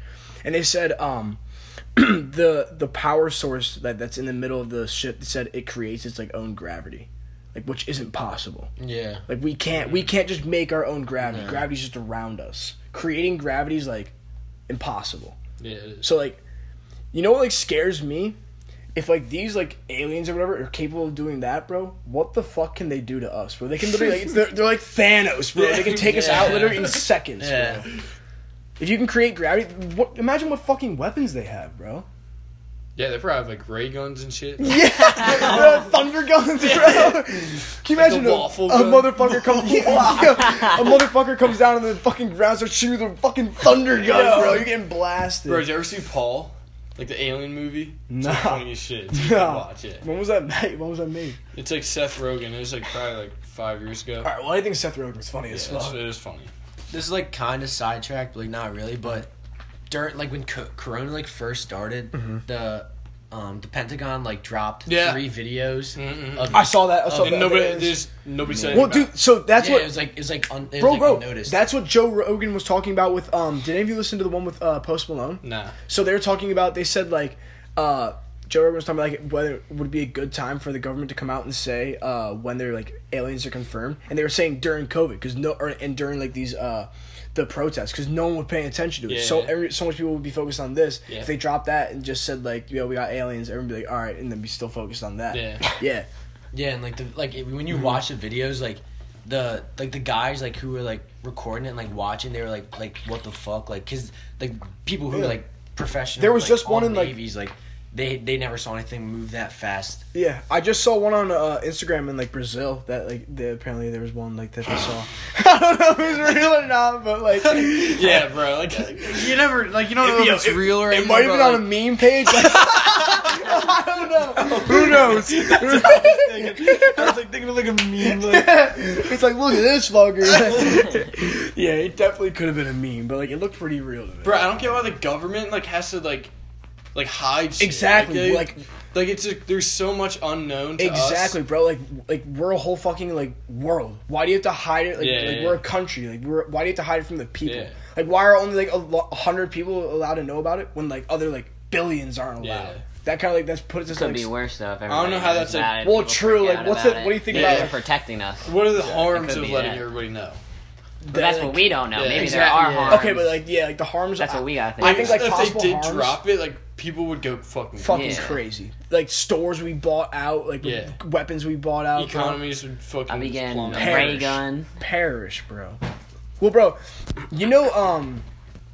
Speaker 1: And they said um the the power source that that's in the middle of the ship they said it creates its like own gravity. Like which isn't possible.
Speaker 4: Yeah.
Speaker 1: Like we can't we can't just make our own gravity. Gravity's just around us. Creating gravity is like impossible.
Speaker 2: Yeah. It is.
Speaker 1: So like, you know what like scares me? If like these like aliens or whatever are capable of doing that, bro, what the fuck can they do to us, bro? They can literally like they're, they're like Thanos, bro. They can take us out
Speaker 4: Yeah.
Speaker 1: literally in seconds,
Speaker 4: Yeah.
Speaker 1: bro. If you can create gravity, what, imagine what fucking weapons they have, bro.
Speaker 2: Yeah, they probably have like ray guns and shit.
Speaker 1: Yeah, bro, thunder guns, bro. Can you imagine
Speaker 2: a
Speaker 1: a,
Speaker 2: waffle
Speaker 1: a
Speaker 2: gun.
Speaker 1: motherfucker comes, yeah, a motherfucker comes down and the fucking ground starts shooting with a fucking thunder gun, bro. You're getting blasted.
Speaker 2: Bro, did you ever see Paul? Like the alien movie? It's like
Speaker 1: No.
Speaker 2: funny as shit. Dude,
Speaker 1: No.
Speaker 2: Watch it.
Speaker 1: when was that made? When was that made?
Speaker 2: It's like Seth Rogen. It was like probably like five years ago.
Speaker 1: All right. Well, I think Seth Rogen's funny
Speaker 2: Yeah,
Speaker 1: as
Speaker 2: it's-
Speaker 1: fuck.
Speaker 2: it is funny.
Speaker 4: This is like kind of sidetracked, but like not really. But during like when co- Corona like first started,
Speaker 1: Mm-hmm.
Speaker 4: the um the Pentagon like dropped
Speaker 2: Yeah.
Speaker 4: three videos.
Speaker 2: Mm-mm.
Speaker 4: Of,
Speaker 1: I saw that. I saw that.
Speaker 4: And
Speaker 2: And nobody,
Speaker 1: That is-
Speaker 2: there's nobody said.
Speaker 1: Well,
Speaker 2: anything about
Speaker 1: dude. So that's
Speaker 4: yeah,
Speaker 1: what,
Speaker 4: it was like it was like un, it was,
Speaker 1: bro,
Speaker 4: like,
Speaker 1: bro.
Speaker 4: unnoticed.
Speaker 1: That's what Joe Rogan was talking about with. Um, did any of you listen to the one with uh, Post Malone?
Speaker 2: it. Nah.
Speaker 1: So they were talking about. They said like, uh, Joe Rogan was talking about like whether it would be a good time for the government to come out and say uh, when they're like aliens are confirmed, and they were saying during COVID because no, or, and during like these uh, the protests because no one was paying attention to it.
Speaker 2: Yeah.
Speaker 1: So every so much people would be focused on this.
Speaker 2: Yeah.
Speaker 1: If they dropped that and just said like, yo, we got aliens, everyone would be like, all right, and then be still focused on that.
Speaker 2: Yeah.
Speaker 1: Yeah.
Speaker 4: Yeah, and like the like it- when you
Speaker 1: Mm-hmm.
Speaker 4: watch the videos, like the like the guys like who were like recording it and like watching, they were like like what the fuck, like because like people who
Speaker 1: Yeah.
Speaker 4: were like professional.
Speaker 1: There was
Speaker 4: like,
Speaker 1: just one
Speaker 4: on
Speaker 1: in, like-
Speaker 4: navies, like they they never saw anything move that fast.
Speaker 1: Yeah, I just saw one on uh, Instagram in like Brazil that like the, apparently there was one like that I saw. I don't know if it was real or not, but like it
Speaker 2: Yeah, bro. Like you never like you don't
Speaker 1: It'd
Speaker 2: know
Speaker 1: be
Speaker 2: if
Speaker 1: a-
Speaker 2: Um, it's real or anything.
Speaker 1: might have been
Speaker 2: but,
Speaker 1: on a meme page. I don't know. Who knows?
Speaker 4: I was like thinking of like a meme.
Speaker 1: it's like look at this fucker. yeah, it definitely could have been a meme, but like it looked pretty real to me.
Speaker 2: Bro, I don't get why the government like has to like like hide shit.
Speaker 1: Exactly,
Speaker 2: like, they-
Speaker 1: like-
Speaker 2: like, it's a, there's so much unknown. To us.
Speaker 1: Exactly, bro. Like, like we're a whole fucking like world. Why do you have to hide it? Like,
Speaker 2: Yeah,
Speaker 1: like
Speaker 2: yeah,
Speaker 1: we're a
Speaker 2: yeah.
Speaker 1: country. Like, we're why do you have to hide it from the people?
Speaker 2: Yeah.
Speaker 1: Like, why are only like a lo- a hundred people allowed to know about it when like other like billions aren't allowed?
Speaker 2: Yeah.
Speaker 1: That kind of like that's puts us
Speaker 3: Could
Speaker 1: like.
Speaker 3: be
Speaker 1: s-
Speaker 3: worse though. If I
Speaker 2: know how that's, like-
Speaker 1: Well, true, like, what's the- what do you think
Speaker 2: about,
Speaker 3: They're
Speaker 2: like-
Speaker 3: protecting us.
Speaker 2: What are the
Speaker 3: it
Speaker 2: harms
Speaker 3: could
Speaker 2: of
Speaker 3: be
Speaker 2: letting
Speaker 3: that.
Speaker 2: everybody know?
Speaker 1: that,
Speaker 3: But that's
Speaker 1: like-
Speaker 3: what we don't know.
Speaker 2: Yeah,
Speaker 3: Maybe there
Speaker 2: exactly,
Speaker 3: are
Speaker 2: yeah.
Speaker 3: harms.
Speaker 1: Okay, but like yeah, like the harms.
Speaker 3: that's what we got.
Speaker 1: I think, like,
Speaker 2: if
Speaker 1: possible
Speaker 2: they did
Speaker 1: harms-
Speaker 2: drop it, like people would go fucking.
Speaker 1: fucking
Speaker 3: Yeah.
Speaker 1: crazy. Like stores we bought out, like
Speaker 2: Yeah.
Speaker 1: weapons we bought out. bro.
Speaker 2: Economies would fucking.
Speaker 3: I began
Speaker 2: plummet.
Speaker 1: Hey.
Speaker 3: ray gun.
Speaker 1: perish, bro. Well, bro, you know, um,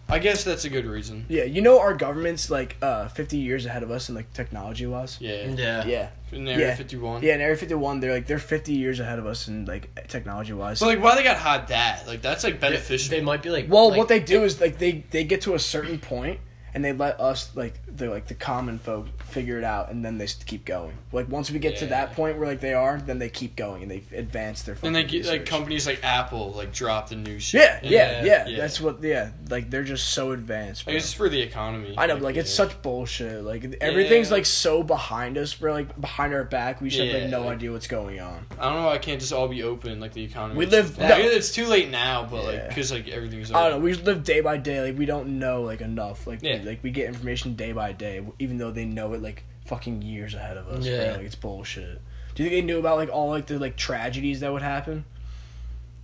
Speaker 2: I guess that's a good reason.
Speaker 1: yeah, you know, our government's like uh, fifty years ahead of us in like technology wise.
Speaker 2: Yeah.
Speaker 4: Yeah.
Speaker 1: Yeah,
Speaker 2: In Area
Speaker 1: Yeah.
Speaker 2: 51.
Speaker 1: yeah. In Area Fifty One, they're like they're fifty years ahead of us in like technology wise.
Speaker 2: But like, why they got hide that? Like, that's like beneficial.
Speaker 4: They might be like
Speaker 1: well,
Speaker 4: like,
Speaker 1: what they do is like they they get to a certain point and they let us like they're like the common folk figure it out and then they s- keep going. Like once we get to
Speaker 2: Yeah.
Speaker 1: that point where like they are, then they keep going and they advance their.
Speaker 2: and they
Speaker 1: fucking
Speaker 2: get like
Speaker 1: research.
Speaker 2: companies like Apple like drop the new shit.
Speaker 1: Yeah, yeah,
Speaker 4: Yeah,
Speaker 1: yeah,
Speaker 2: yeah.
Speaker 1: That's what. Yeah, like they're just so advanced.
Speaker 2: I
Speaker 1: Bro.
Speaker 2: guess it's for the economy.
Speaker 1: I know, but, like it's
Speaker 2: yeah.
Speaker 1: such bullshit. Like everything's
Speaker 2: Yeah.
Speaker 1: like so behind us, bro. Like behind our back, we should have like
Speaker 2: Yeah,
Speaker 1: no
Speaker 2: like-
Speaker 1: idea what's going on.
Speaker 2: I don't know. why I can't just all be open like the economy.
Speaker 1: We
Speaker 2: is-
Speaker 1: live-
Speaker 2: Like,
Speaker 1: no.
Speaker 2: I guess it's too late now, but like
Speaker 1: Yeah.
Speaker 2: because like everything's.
Speaker 1: I don't know. We just live day by day. Like we don't know like enough. Like
Speaker 2: Yeah.
Speaker 1: we, like we get information day by day, even though they know it like fucking years ahead of us. Yeah,
Speaker 4: Yeah.
Speaker 1: bro. like it's bullshit. Do you think they knew about like all like the like tragedies that would happen?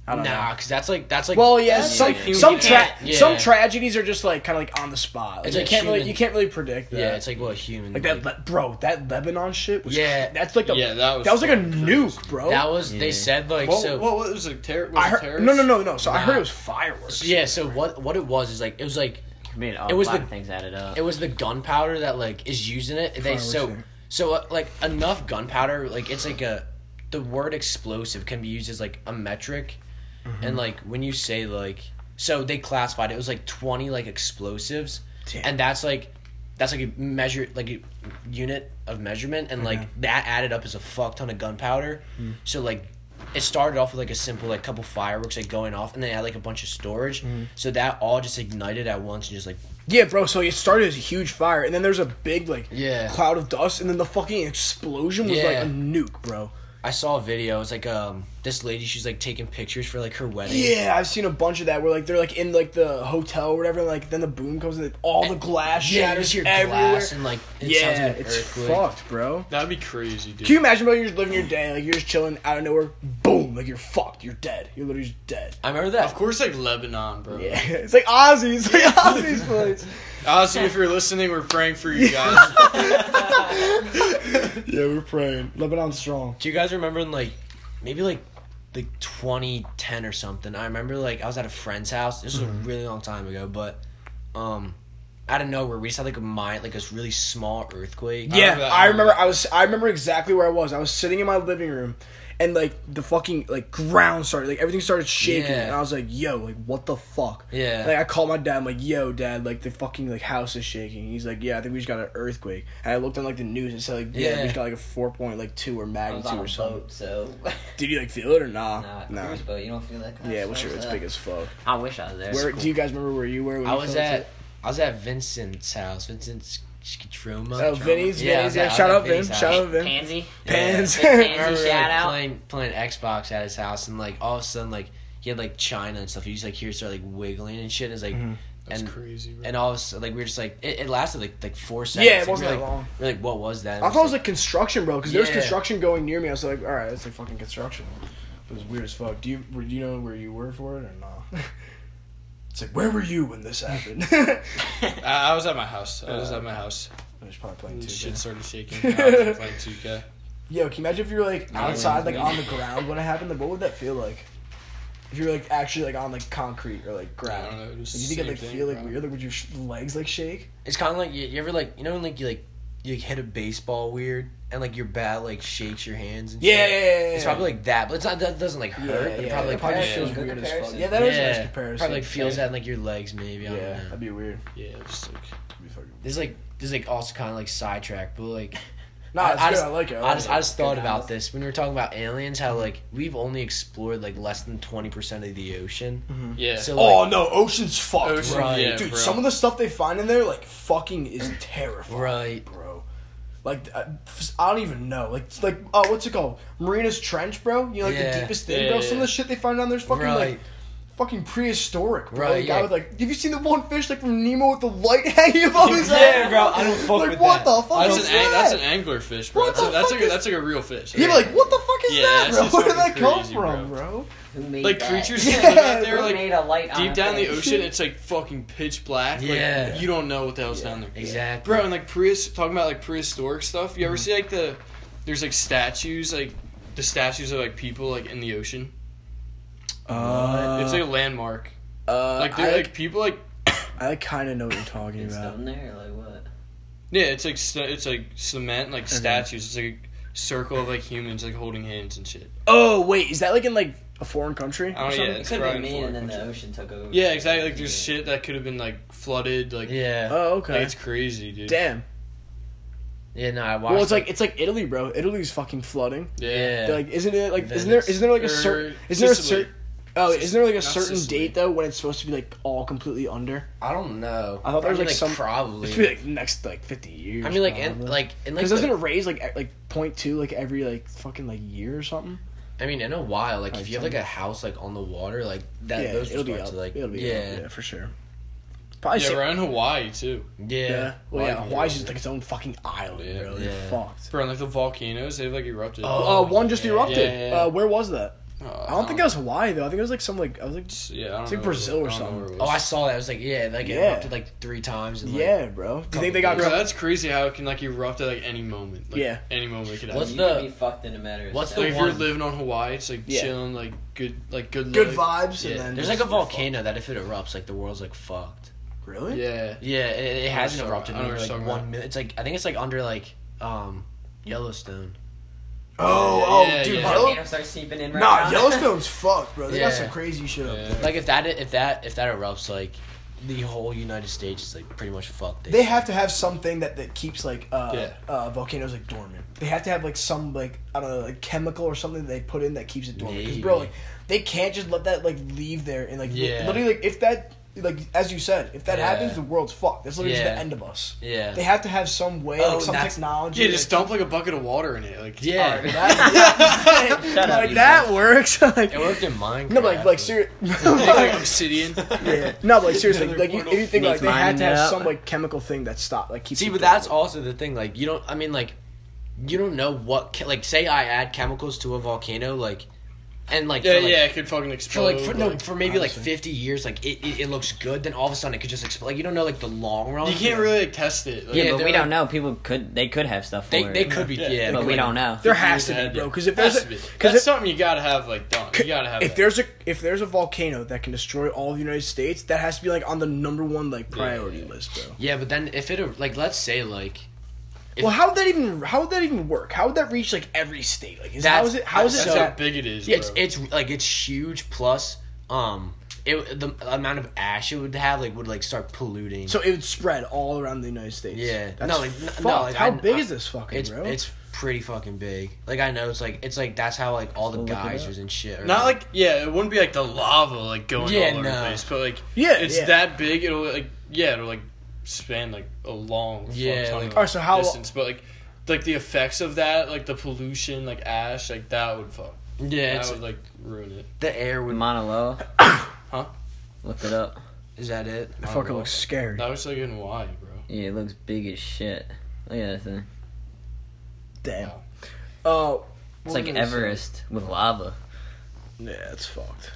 Speaker 1: I don't
Speaker 4: nah,
Speaker 1: know.
Speaker 4: because that's like that's like
Speaker 1: Well, yeah,
Speaker 4: that's
Speaker 1: some
Speaker 4: like-
Speaker 2: human-
Speaker 1: some
Speaker 2: you
Speaker 1: tra-
Speaker 2: can't-
Speaker 4: yeah.
Speaker 1: some tragedies are just like kind of like on the spot. Like,
Speaker 4: It's
Speaker 1: you
Speaker 4: like
Speaker 1: can't really
Speaker 4: human-
Speaker 1: you can't really predict that.
Speaker 4: yeah, it's like what human
Speaker 1: Like that, Le- bro. That Lebanon shit was.
Speaker 4: Yeah.
Speaker 1: that's like the.
Speaker 2: Yeah, that was
Speaker 1: that was like a
Speaker 2: fucking
Speaker 1: nuke, bro.
Speaker 4: that was they said like
Speaker 2: What,
Speaker 4: so
Speaker 2: what, what was it? Terror? Was
Speaker 1: I
Speaker 2: it
Speaker 1: heard.
Speaker 2: terrorist?
Speaker 1: No, no, no, no. So I
Speaker 4: Nah.
Speaker 1: heard it was fireworks.
Speaker 4: yeah so what what it was is like it was like
Speaker 3: I mean, a
Speaker 4: It was
Speaker 3: lot
Speaker 4: the-
Speaker 3: of things added up.
Speaker 4: it was the gunpowder that like is using it. They
Speaker 1: Fireworks
Speaker 4: so
Speaker 1: there.
Speaker 4: so uh, like enough gunpowder like it's like a the word explosive can be used as like a metric, and like when you say like so they classified it was like twenty like explosives,
Speaker 1: Damn.
Speaker 4: and that's like that's like a measure like a unit of measurement, and like that added up as a fuck ton of gunpowder. So like. It started off with like a simple like couple fireworks like going off, and then had like a bunch of storage. So that all just ignited at once and just like
Speaker 1: yeah, bro. So it started as a huge fire, and then there's a big like
Speaker 4: Yeah.
Speaker 1: cloud of dust, and then the fucking explosion was like
Speaker 4: Yeah.
Speaker 1: a nuke, bro.
Speaker 4: I saw a video. It's like um this lady, she's like taking pictures for like her wedding.
Speaker 1: Yeah, I've seen a bunch of that where like they're like in like the hotel or whatever, and, like then the boom comes and like, all the glass
Speaker 4: yeah, you
Speaker 1: shatters
Speaker 4: just hear
Speaker 1: everywhere.
Speaker 4: glass and like it
Speaker 1: yeah,
Speaker 4: sounds like an
Speaker 1: it's
Speaker 4: earthquake.
Speaker 1: fucked, bro.
Speaker 2: That'd be crazy, dude.
Speaker 1: Can you imagine, bro? You're just living your day, like you're just chilling out of nowhere, boom, like you're fucked, you're dead, you're literally just dead.
Speaker 4: I remember that.
Speaker 2: of course, like Lebanon, bro.
Speaker 1: Yeah, it's like Ozzy, it's like Ozzy's place.
Speaker 2: Honestly, if you're listening, we're praying for you guys.
Speaker 1: Yeah, we're praying. Lebanon strong.
Speaker 4: Do you guys remember in like maybe like like 2010 or something? I remember like I was at a friend's house. This was
Speaker 1: Mm-hmm.
Speaker 4: a really long time ago, but um out of nowhere we just had like a mine like a really small earthquake.
Speaker 2: I
Speaker 1: Yeah,
Speaker 2: remember that
Speaker 1: I remember.
Speaker 2: moment.
Speaker 1: I was. I remember exactly where I was. I was sitting in my living room, and like the fucking like ground started. Like everything started shaking,
Speaker 4: Yeah.
Speaker 1: and I was like, "Yo, like what the fuck?"
Speaker 4: Yeah.
Speaker 1: Like I called my dad. I'm like, "Yo, dad, like the fucking like house is shaking." He's like, "Yeah, I think we just got an earthquake." And I looked on like the news and it said like, "Yeah, we
Speaker 4: Yeah.
Speaker 1: just got like a four point like two or
Speaker 5: I was on
Speaker 1: magnitude
Speaker 5: a
Speaker 1: or something."
Speaker 5: boat, so
Speaker 1: Did you like feel it or
Speaker 5: nah,
Speaker 1: nah?
Speaker 5: nah. cruise boat. You don't feel that. Kind
Speaker 1: Yeah,
Speaker 5: of
Speaker 1: well, sure,
Speaker 5: stuff,
Speaker 1: it's
Speaker 5: so-
Speaker 1: big as fuck.
Speaker 3: I wish I was there.
Speaker 1: Where
Speaker 3: It's
Speaker 1: do you guys remember where you were? When
Speaker 4: I
Speaker 1: you
Speaker 4: was
Speaker 1: felt it?
Speaker 4: at I was at Vincent's house. Vincent's Skatroma.
Speaker 1: Oh, Vinny's,
Speaker 4: Yeah,
Speaker 1: Vinny's,
Speaker 4: I was
Speaker 1: yeah.
Speaker 4: at- I was
Speaker 1: Shout
Speaker 4: at
Speaker 1: out Vin,
Speaker 4: Vinny's house.
Speaker 1: shout out
Speaker 3: cool.
Speaker 1: Vin.
Speaker 3: Pansy.
Speaker 1: Pans.
Speaker 3: Yeah.
Speaker 4: I
Speaker 3: Fancy
Speaker 4: remember, like,
Speaker 3: shout out.
Speaker 4: playing playing Xbox at his house, and like all of a sudden, like he had like China and stuff. He just like here started like wiggling and shit. It's like
Speaker 1: Mm-hmm.
Speaker 2: That's
Speaker 4: and
Speaker 2: crazy, bro.
Speaker 4: and all of a sudden, like we were just like it, it lasted like like four seconds.
Speaker 1: Yeah, it
Speaker 4: Like,
Speaker 1: wasn't
Speaker 4: we
Speaker 1: that
Speaker 4: were, like,
Speaker 1: long.
Speaker 4: we were, like what was that?
Speaker 1: I thought it was like construction, bro, because there was
Speaker 4: Yeah.
Speaker 1: construction going near me. I was like, all right, it's like fucking construction. It was weird as fuck. Do you were, do you know where you were for it or no? It's like, where were you when this happened? I
Speaker 2: I, I was at my house. I was at my house.
Speaker 1: was probably playing
Speaker 2: And
Speaker 1: two.
Speaker 2: shit started shaking. I was playing 2K.
Speaker 1: Yo, can you imagine if you were like outside, like on the ground when it happened? Like, what would that feel like? If you were like actually like on like concrete or like ground,
Speaker 2: I don't know, it was
Speaker 1: Like, do you
Speaker 2: the
Speaker 1: think it like
Speaker 2: same thing,
Speaker 1: feel like
Speaker 2: bro.
Speaker 1: weird? Like, would your sh- legs like shake?
Speaker 4: It's kind of like you, you ever like you know when like you like you like, hit a baseball weird and like your bat like shakes your hands. And shit? It's probably like that, but it's not that doesn't like
Speaker 1: Yeah,
Speaker 4: hurt. but it
Speaker 1: yeah,
Speaker 4: probably,
Speaker 1: it
Speaker 4: like,
Speaker 1: probably
Speaker 4: yeah,
Speaker 1: feels
Speaker 4: yeah.
Speaker 1: weird as fuck.
Speaker 3: comparison.
Speaker 1: Yeah, that is a nice comparison.
Speaker 4: Probably like feels that in, like your legs maybe.
Speaker 1: yeah,
Speaker 4: I don't know.
Speaker 1: that'd be weird.
Speaker 2: Yeah, just like
Speaker 1: That'd be fucking-
Speaker 4: This is like this is like also kind of like sidetrack, but like
Speaker 1: No,
Speaker 4: I-
Speaker 1: it's
Speaker 4: I
Speaker 1: good.
Speaker 4: just-
Speaker 1: I like it.
Speaker 4: I just I just thought
Speaker 3: Good
Speaker 4: about
Speaker 3: house.
Speaker 4: this when we were talking about aliens, how like we've only explored like less than twenty percent of the ocean.
Speaker 2: yeah.
Speaker 4: So
Speaker 1: oh
Speaker 4: like,
Speaker 1: no, ocean's fucked.
Speaker 2: Ocean,
Speaker 1: bro.
Speaker 2: yeah,
Speaker 1: dude,
Speaker 2: bro.
Speaker 1: some of the stuff they find in there, like fucking, is terrifying,
Speaker 4: Right.
Speaker 1: bro. Like I, I don't even know. Like it's like oh, what's it called? Marina's Trench, bro. You know, like
Speaker 4: Yeah.
Speaker 1: the deepest thing,
Speaker 2: Yeah,
Speaker 1: bro.
Speaker 2: yeah,
Speaker 1: Some of the
Speaker 2: yeah.
Speaker 1: shit they find down there's fucking like
Speaker 4: right.
Speaker 1: fucking prehistoric, bro.
Speaker 4: Right,
Speaker 1: Like, I
Speaker 4: yeah.
Speaker 1: was like, have you seen the one fish like from Nemo with the light hanging above his
Speaker 4: Yeah,
Speaker 1: head?
Speaker 4: bro, I don't fuck
Speaker 1: like,
Speaker 4: with
Speaker 1: what
Speaker 4: that.
Speaker 1: the fuck
Speaker 2: Oh, That's
Speaker 1: is
Speaker 2: an,
Speaker 1: that?
Speaker 2: ang- that's an anglerfish, bro.
Speaker 1: What
Speaker 2: That's, a,
Speaker 1: the
Speaker 2: that's,
Speaker 1: fuck
Speaker 2: like, a,
Speaker 1: is-
Speaker 2: that's like a real fish.
Speaker 1: yeah, but, like what the fuck is
Speaker 2: Yeah,
Speaker 1: that,
Speaker 2: that's
Speaker 1: bro?
Speaker 2: just
Speaker 1: Where did that
Speaker 2: fucking
Speaker 1: come
Speaker 2: crazy,
Speaker 1: from,
Speaker 2: bro.
Speaker 1: bro?
Speaker 3: Who made
Speaker 2: like
Speaker 3: that?
Speaker 2: creatures
Speaker 1: Yeah,
Speaker 2: that live out there,
Speaker 1: bro.
Speaker 3: Who
Speaker 2: like
Speaker 3: made a light on
Speaker 2: deep
Speaker 3: a
Speaker 2: down the
Speaker 3: fish?
Speaker 2: ocean, it's like fucking pitch black.
Speaker 4: Yeah.
Speaker 2: Like, you don't know what the hell's down there.
Speaker 4: Exactly.
Speaker 2: Bro, and like prehis talking about like prehistoric stuff. You ever see like the there's like statues like the statues of like people like in the ocean. it's like a landmark.
Speaker 1: uh,
Speaker 2: Like
Speaker 1: I,
Speaker 2: they're like people like
Speaker 1: I kind of know what you're talking
Speaker 3: It's
Speaker 1: about.
Speaker 3: down there, like what?
Speaker 2: yeah. It's like st- it's like cement like statues. It's like a circle of like humans like holding hands and shit.
Speaker 1: Oh wait, is that like in like a foreign country?
Speaker 2: Oh
Speaker 1: or
Speaker 2: yeah,
Speaker 1: something?
Speaker 2: it's
Speaker 3: Could
Speaker 2: probably
Speaker 3: be mean,
Speaker 2: foreign
Speaker 3: and then the
Speaker 2: country.
Speaker 3: ocean took over.
Speaker 2: Yeah, exactly. Like there's
Speaker 3: Yeah.
Speaker 2: shit that could have been like flooded. Like
Speaker 4: Yeah.
Speaker 1: Oh
Speaker 2: like,
Speaker 1: okay.
Speaker 2: it's crazy, dude.
Speaker 1: Damn.
Speaker 4: yeah. No, I watched.
Speaker 1: Well, it's
Speaker 4: it.
Speaker 1: like it's like Italy, bro. Italy's fucking flooding.
Speaker 2: Yeah.
Speaker 4: yeah.
Speaker 1: Like, isn't it like isn't there
Speaker 4: Venice.
Speaker 1: isn't there like a
Speaker 2: Or
Speaker 1: certain isn't there a
Speaker 2: Sicily.
Speaker 1: certain oh isn't there like a
Speaker 2: Not
Speaker 1: certain
Speaker 2: Sicily.
Speaker 1: date though when it's supposed to be like all completely under?
Speaker 4: I don't know.
Speaker 1: I thought there was,
Speaker 4: I mean,
Speaker 1: like, some- It's supposed to be
Speaker 4: probably.
Speaker 1: like next like fifty years.
Speaker 4: I mean, like in
Speaker 1: probably.
Speaker 4: like in like.
Speaker 1: Because
Speaker 4: the-
Speaker 1: doesn't it raise like at, like point two like every like fucking like year or something?
Speaker 4: I mean, in a while, like
Speaker 1: Like
Speaker 4: if you have
Speaker 1: some-
Speaker 4: like a house like on the water, like that,
Speaker 1: yeah,
Speaker 4: those
Speaker 1: it'll be
Speaker 4: parts
Speaker 1: up.
Speaker 4: are, like
Speaker 1: it'll be
Speaker 4: yeah,
Speaker 1: up, yeah, for sure. Probably
Speaker 2: Yeah,
Speaker 1: sa-
Speaker 2: we're in Hawaii too.
Speaker 4: yeah.
Speaker 1: yeah. Well, yeah,
Speaker 4: Why-
Speaker 1: Hawaii's just like its own fucking island,
Speaker 2: Yeah.
Speaker 1: bro. You're
Speaker 4: Yeah.
Speaker 1: fucked.
Speaker 2: Bro, and like the volcanoes, they've like erupted.
Speaker 4: Oh,
Speaker 1: Uh, one just
Speaker 4: yeah.
Speaker 1: erupted.
Speaker 2: Yeah, yeah.
Speaker 1: Uh, where was that?
Speaker 2: Uh,
Speaker 1: I don't think that was Hawaii though. I think it was like some like I was like
Speaker 2: Yeah, I don't
Speaker 1: It's like
Speaker 2: know
Speaker 1: Brazil
Speaker 2: where-
Speaker 1: or
Speaker 2: I don't know where
Speaker 1: something.
Speaker 2: it
Speaker 4: Oh,
Speaker 2: was.
Speaker 4: I saw that. I was like, yeah, like it
Speaker 1: Yeah.
Speaker 4: erupted like three times. And, like,
Speaker 1: yeah, bro. Do you think they got?
Speaker 2: Bro, that's crazy how it can like erupt at like any moment. Like,
Speaker 1: Yeah.
Speaker 2: any moment it could
Speaker 4: What's
Speaker 2: happen.
Speaker 3: You
Speaker 4: the-
Speaker 3: could be fucked in a matter of
Speaker 4: what's
Speaker 2: Like
Speaker 3: seconds.
Speaker 2: if
Speaker 4: the
Speaker 2: you're
Speaker 4: one-
Speaker 2: living on Hawaii, it's like
Speaker 1: Yeah.
Speaker 2: chilling, like good, like good,
Speaker 1: good
Speaker 2: life.
Speaker 1: vibes,
Speaker 2: Yeah.
Speaker 1: and then
Speaker 4: There's
Speaker 1: just
Speaker 4: like a
Speaker 1: you're
Speaker 4: volcano that if it erupts, like the world's like fucked.
Speaker 1: fucked. Really?
Speaker 2: Yeah,
Speaker 4: Yeah, it, it hasn't
Speaker 2: sure.
Speaker 4: erupted
Speaker 2: I know
Speaker 4: in
Speaker 2: what
Speaker 4: like
Speaker 2: you're
Speaker 4: one
Speaker 2: talking about.
Speaker 4: minute. It's like I think it's like under like um Yellowstone.
Speaker 1: Oh,
Speaker 2: Yeah,
Speaker 1: oh,
Speaker 2: yeah,
Speaker 1: dude,
Speaker 2: yeah.
Speaker 1: Yellow-
Speaker 3: Volcano starts seeping in right
Speaker 1: Nah,
Speaker 3: now.
Speaker 1: Yellowstone's fucked, bro. They got
Speaker 4: Yeah.
Speaker 1: some crazy shit up
Speaker 2: Yeah.
Speaker 1: there.
Speaker 4: Like if that if that if that erupts, like the whole United States is like pretty much fucked.
Speaker 1: They have to have something that, that keeps like uh,
Speaker 2: Yeah.
Speaker 1: uh, volcanoes like dormant. They have to have like some like I don't know like chemical or something that they put in that keeps it dormant. 'Cause, bro,
Speaker 4: Maybe.
Speaker 1: like they can't just let that like leave there and like li-
Speaker 4: Yeah.
Speaker 1: literally like if that like as you said if that
Speaker 4: Yeah.
Speaker 1: happens the world's fucked. That's literally just
Speaker 4: Yeah.
Speaker 1: the end of us.
Speaker 4: Yeah.
Speaker 1: They have to have some way
Speaker 4: Oh,
Speaker 1: like some
Speaker 4: that's-
Speaker 1: technology.
Speaker 2: yeah.
Speaker 1: like,
Speaker 2: Just dump like a bucket of water in it. Like
Speaker 4: yeah.
Speaker 3: Alright.
Speaker 1: that,
Speaker 3: Shut up,
Speaker 1: like
Speaker 3: you
Speaker 1: that works. like
Speaker 4: It worked in Minecraft.
Speaker 1: no, but like like
Speaker 4: seriously.
Speaker 1: serious.
Speaker 2: Take, like obsidian.
Speaker 1: yeah. No, but like seriously,
Speaker 2: Another
Speaker 1: like you,
Speaker 2: portal.
Speaker 1: if you think like
Speaker 3: Let's
Speaker 1: they had
Speaker 3: line
Speaker 1: to have
Speaker 3: it up.
Speaker 1: some like chemical thing that stopped, like keeps.
Speaker 4: See,
Speaker 1: it
Speaker 4: but
Speaker 1: going.
Speaker 4: that's also the thing. Like, you don't. I mean, like, you don't know what. Ke- like, say I add chemicals to a volcano, like, and like,
Speaker 2: yeah,
Speaker 4: for, like,
Speaker 2: yeah. It could fucking
Speaker 4: For
Speaker 2: explode.
Speaker 4: like, for, no, for maybe like
Speaker 1: Oh, honestly.
Speaker 4: fifty years, like it, it, it looks good. Then all of a sudden, it could just explode. Like, you don't know, like the long run.
Speaker 2: you can't really like test it. Like,
Speaker 3: Yeah,
Speaker 4: Yeah,
Speaker 3: but
Speaker 4: they're
Speaker 3: we
Speaker 4: like-
Speaker 3: don't know. People could they could have stuff for
Speaker 4: They,
Speaker 3: it.
Speaker 4: they could be,
Speaker 2: Yeah.
Speaker 4: yeah,
Speaker 3: but we
Speaker 4: like-
Speaker 3: don't know.
Speaker 1: there has to
Speaker 2: Yeah,
Speaker 1: be, bro.
Speaker 2: yeah.
Speaker 1: Because if
Speaker 2: Has
Speaker 1: there's
Speaker 2: to
Speaker 1: a,
Speaker 2: be.
Speaker 1: cause
Speaker 2: that's
Speaker 1: if,
Speaker 2: something you gotta have like done. You gotta have.
Speaker 1: if
Speaker 2: that.
Speaker 1: there's a if there's a volcano that can destroy all of the United States, that has to be like on the number one like priority list, bro.
Speaker 4: Yeah, but then if it like, let's say like If-
Speaker 1: well, how would that even how would that even work? How would that reach like every state? Like, is,
Speaker 4: That's-
Speaker 1: how is it how is it
Speaker 2: that's
Speaker 4: so-
Speaker 2: how big it is.
Speaker 4: Yeah, it's
Speaker 2: bro.
Speaker 4: it's like it's huge. Plus, um, it the amount of ash it would have like would like start polluting.
Speaker 1: so it would spread all around the United States?
Speaker 4: Yeah.
Speaker 1: that's
Speaker 4: No, like, n- no,
Speaker 1: fucked.
Speaker 4: like,
Speaker 1: how
Speaker 4: I-
Speaker 1: big
Speaker 4: I-
Speaker 1: is this fucking
Speaker 4: it's
Speaker 1: bro?
Speaker 4: it's pretty fucking big. Like I know it's like it's like that's how like all the
Speaker 3: look it up.
Speaker 4: geysers and shit. Are,
Speaker 2: Not like yeah, it wouldn't be like the lava like going
Speaker 4: Yeah,
Speaker 2: all over the
Speaker 4: no.
Speaker 2: place, but like
Speaker 1: Yeah,
Speaker 2: it's
Speaker 1: yeah.
Speaker 2: that big. It'll like yeah, it'll like span like a long fuck
Speaker 4: Yeah,
Speaker 2: ton
Speaker 4: like-
Speaker 2: of
Speaker 1: Alright, so how-
Speaker 2: distance, but like like the effects of that, like the pollution, like ash, like that would fuck.
Speaker 4: yeah, it's
Speaker 2: that would like ruin it.
Speaker 4: the air would.
Speaker 3: Mauna Loa.
Speaker 2: Huh?
Speaker 3: Look it up.
Speaker 4: Is that it?
Speaker 1: that fucker looks scary.
Speaker 2: That was like in Hawaii, bro.
Speaker 3: Yeah, it looks big as shit. Look at that thing.
Speaker 1: Damn. Uh, Oh,
Speaker 3: It's like Everest with lava.
Speaker 1: Yeah, it's fucked.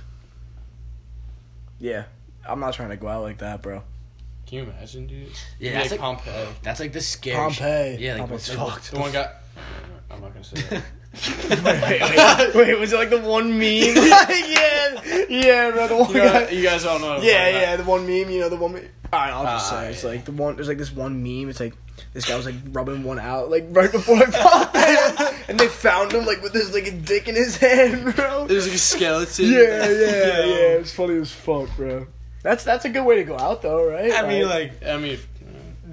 Speaker 1: Yeah, I'm not trying to go out like that, bro.
Speaker 2: Can you imagine, dude?
Speaker 4: Yeah,
Speaker 2: Be, like,
Speaker 4: that's like
Speaker 2: Pompeii.
Speaker 4: that's like the scary. shit.
Speaker 1: Pompeii.
Speaker 4: Yeah, like,
Speaker 1: Pompeii's
Speaker 4: what's-
Speaker 1: fucked.
Speaker 2: The one guy. I'm not gonna say that.
Speaker 1: wait, wait, was it like the one meme? yeah, yeah, Oh bro. The one
Speaker 2: you,
Speaker 1: guy.
Speaker 2: guys, you guys all know. what I'm
Speaker 1: Yeah,
Speaker 2: talking about.
Speaker 1: yeah, the one meme. You know, the one. Me- All right, I'll just
Speaker 4: Ah,
Speaker 1: say it's
Speaker 4: yeah.
Speaker 1: like the one. There's like this one meme. It's like this guy was like rubbing one out like right before I popped in, and they found him like with his like a dick in his hand, bro.
Speaker 2: There's like a skeleton.
Speaker 1: Yeah, yeah,
Speaker 2: Yo.
Speaker 1: yeah. It's funny as fuck, bro. That's that's a good way to go out though, right?
Speaker 4: I mean, like
Speaker 2: I mean,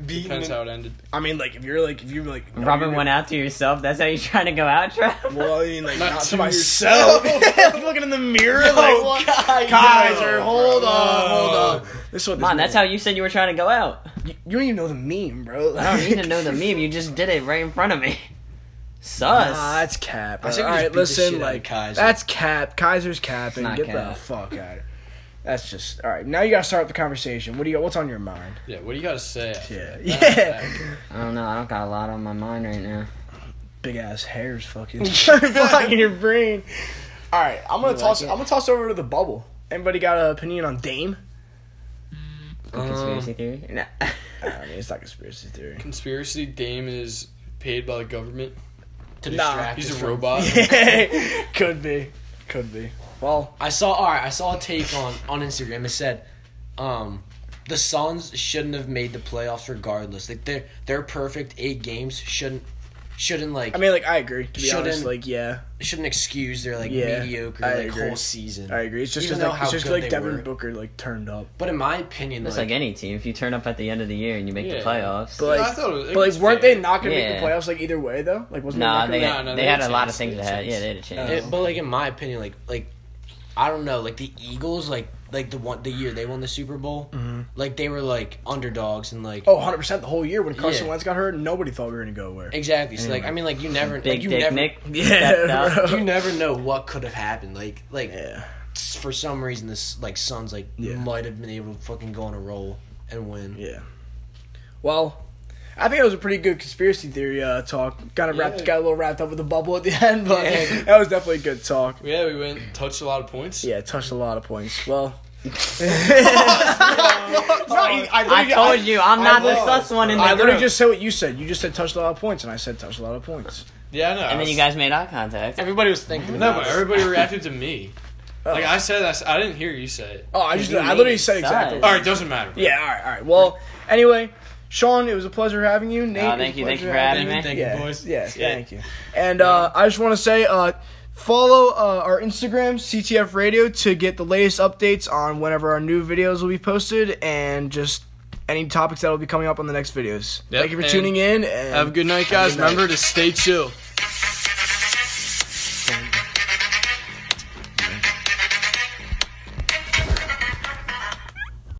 Speaker 4: beating.
Speaker 2: depends
Speaker 4: and-
Speaker 2: how it ended.
Speaker 1: I mean, like if you're like if you're like no,
Speaker 3: Rubbing
Speaker 1: you're-
Speaker 3: one out to yourself. That's how you're trying to go out, Trav.
Speaker 1: Well, I mean, like
Speaker 2: Not
Speaker 1: not, to
Speaker 2: to
Speaker 1: myself. Looking in the mirror, like what?
Speaker 4: Oh, God,
Speaker 1: Kaiser,
Speaker 4: no,
Speaker 1: hold
Speaker 4: bro.
Speaker 1: on, hold on. This one,
Speaker 3: Come on, that's how you said you were trying to go out.
Speaker 1: you, you don't even know the meme, bro.
Speaker 3: I don't need to know the meme. You just did it right in front of me. Sus.
Speaker 1: Nah, that's cap.
Speaker 4: I
Speaker 1: All
Speaker 4: think we just
Speaker 1: right,
Speaker 4: beat the shit
Speaker 1: listen,
Speaker 4: out of
Speaker 1: like
Speaker 4: Kaiser.
Speaker 1: that's cap. Kaiser's capping.
Speaker 3: not
Speaker 1: Get the
Speaker 3: cap.
Speaker 1: fuck out. of That's just all right. Now you gotta start up the conversation. What do you? What's on your mind?
Speaker 2: Yeah, what do you gotta say?
Speaker 1: Yeah,
Speaker 2: That's
Speaker 1: yeah.
Speaker 2: bad.
Speaker 3: I don't know. I don't got a lot on my mind right now.
Speaker 1: Big ass hairs, fucking blocking your brain. All right, I'm gonna
Speaker 3: You
Speaker 1: toss.
Speaker 3: like it?
Speaker 1: I'm gonna toss over to the bubble. Anybody got an opinion on Dame?
Speaker 3: Good conspiracy theory? No.
Speaker 1: I mean, it's not conspiracy theory.
Speaker 2: Conspiracy Dame is paid by the government.
Speaker 4: To
Speaker 1: Nah.
Speaker 4: distract
Speaker 2: He's
Speaker 4: us
Speaker 2: a
Speaker 4: from-
Speaker 2: robot.
Speaker 1: could be, could be. Well,
Speaker 4: I saw all right, I saw a take on on Instagram. It said, um, the Suns shouldn't have made the playoffs regardless. Like their their perfect eight games shouldn't shouldn't like
Speaker 1: I mean, like I agree. To be
Speaker 4: Shouldn't-
Speaker 1: honest, like yeah,
Speaker 4: shouldn't excuse their like
Speaker 1: Yeah,
Speaker 4: mediocre
Speaker 1: I
Speaker 4: like
Speaker 1: agree.
Speaker 4: whole season.
Speaker 1: I agree. It's just
Speaker 4: Even
Speaker 1: 'cause,
Speaker 4: though
Speaker 1: like
Speaker 4: how
Speaker 1: it's just
Speaker 4: good
Speaker 1: like
Speaker 4: they
Speaker 1: Devin
Speaker 4: were.
Speaker 1: Booker like turned up.
Speaker 4: But in my opinion,
Speaker 3: That's
Speaker 4: like,
Speaker 3: like any team. If you turn up at the end of the year and you make
Speaker 2: Yeah.
Speaker 3: the playoffs.
Speaker 1: But like,
Speaker 2: I thought it was- it
Speaker 1: but like,
Speaker 2: was
Speaker 1: weren't
Speaker 2: fair.
Speaker 1: they not gonna make
Speaker 3: Yeah.
Speaker 1: the playoffs? Like either way though, like wasn't
Speaker 3: nah,
Speaker 1: they
Speaker 3: they,
Speaker 1: not
Speaker 2: No, no,
Speaker 3: they,
Speaker 2: they
Speaker 3: had
Speaker 2: had
Speaker 3: a lot
Speaker 2: chance,
Speaker 3: of things
Speaker 2: they
Speaker 3: that
Speaker 2: had
Speaker 3: had. Yeah,
Speaker 2: chance.
Speaker 3: they had a chance.
Speaker 4: it- but like in my opinion, like like I don't know, like the Eagles, like like the one the year they won the Super Bowl,
Speaker 1: Mm-hmm.
Speaker 4: like they were like underdogs and like
Speaker 1: Oh, 100 percent the whole year when Carson
Speaker 4: Yeah.
Speaker 1: Wentz got hurt, nobody thought we were gonna go where.
Speaker 4: exactly. So like I mean, like you never
Speaker 3: Big
Speaker 4: like, you
Speaker 3: Dick
Speaker 4: never,
Speaker 3: Nick. stepped
Speaker 1: Yeah,
Speaker 3: up.
Speaker 1: bro.
Speaker 4: You never know what could have happened. Like like
Speaker 1: yeah.
Speaker 4: s- for some reason this like Suns like
Speaker 1: Yeah.
Speaker 4: might have been able to fucking go on a roll and win.
Speaker 1: Yeah. Well, I think that was a pretty good conspiracy theory uh, talk. Kind of wrapped,
Speaker 2: Yeah.
Speaker 1: got a little wrapped up with the bubble at the end, but
Speaker 2: Yeah.
Speaker 1: that was definitely a good talk.
Speaker 2: Yeah, we went and touched a lot of points.
Speaker 1: Yeah, it touched a lot of points. Well. No, I,
Speaker 3: I
Speaker 1: literally-
Speaker 3: told you, I'm
Speaker 1: I
Speaker 3: not the
Speaker 1: lost.
Speaker 3: sus one in the
Speaker 1: I literally
Speaker 3: group.
Speaker 1: just said what you said. You just said touched a lot of points, and I said touched a lot of points.
Speaker 2: Yeah, I know.
Speaker 3: and then you guys made eye contact.
Speaker 4: Everybody was thinking.
Speaker 2: No, but everybody reacted to me.
Speaker 1: Oh.
Speaker 2: Like I said, I, s- I didn't hear you say it.
Speaker 1: Oh, I just
Speaker 3: You
Speaker 1: I literally
Speaker 3: made
Speaker 1: said
Speaker 3: it
Speaker 1: exactly.
Speaker 3: sus.
Speaker 2: All right, doesn't matter.
Speaker 1: Yeah, all right, all right. Well, anyway, Sean, it was a pleasure having you. Nate, it
Speaker 3: Uh,
Speaker 1: was
Speaker 3: thank
Speaker 1: a
Speaker 3: you, thank you
Speaker 1: pleasure
Speaker 3: for
Speaker 1: having
Speaker 3: having me.
Speaker 4: Thank you,
Speaker 1: Yeah,
Speaker 4: boys.
Speaker 1: yes,
Speaker 2: Yeah.
Speaker 1: thank you. And uh, I just want to say, uh, follow uh, our Instagram CTF Radio to get the latest updates on whenever our new videos will be posted and just any topics that will be coming up on the next videos.
Speaker 2: Yep,
Speaker 1: Thank you for
Speaker 2: and
Speaker 1: tuning in. And
Speaker 2: Have a good night, guys. Remember to stay chill.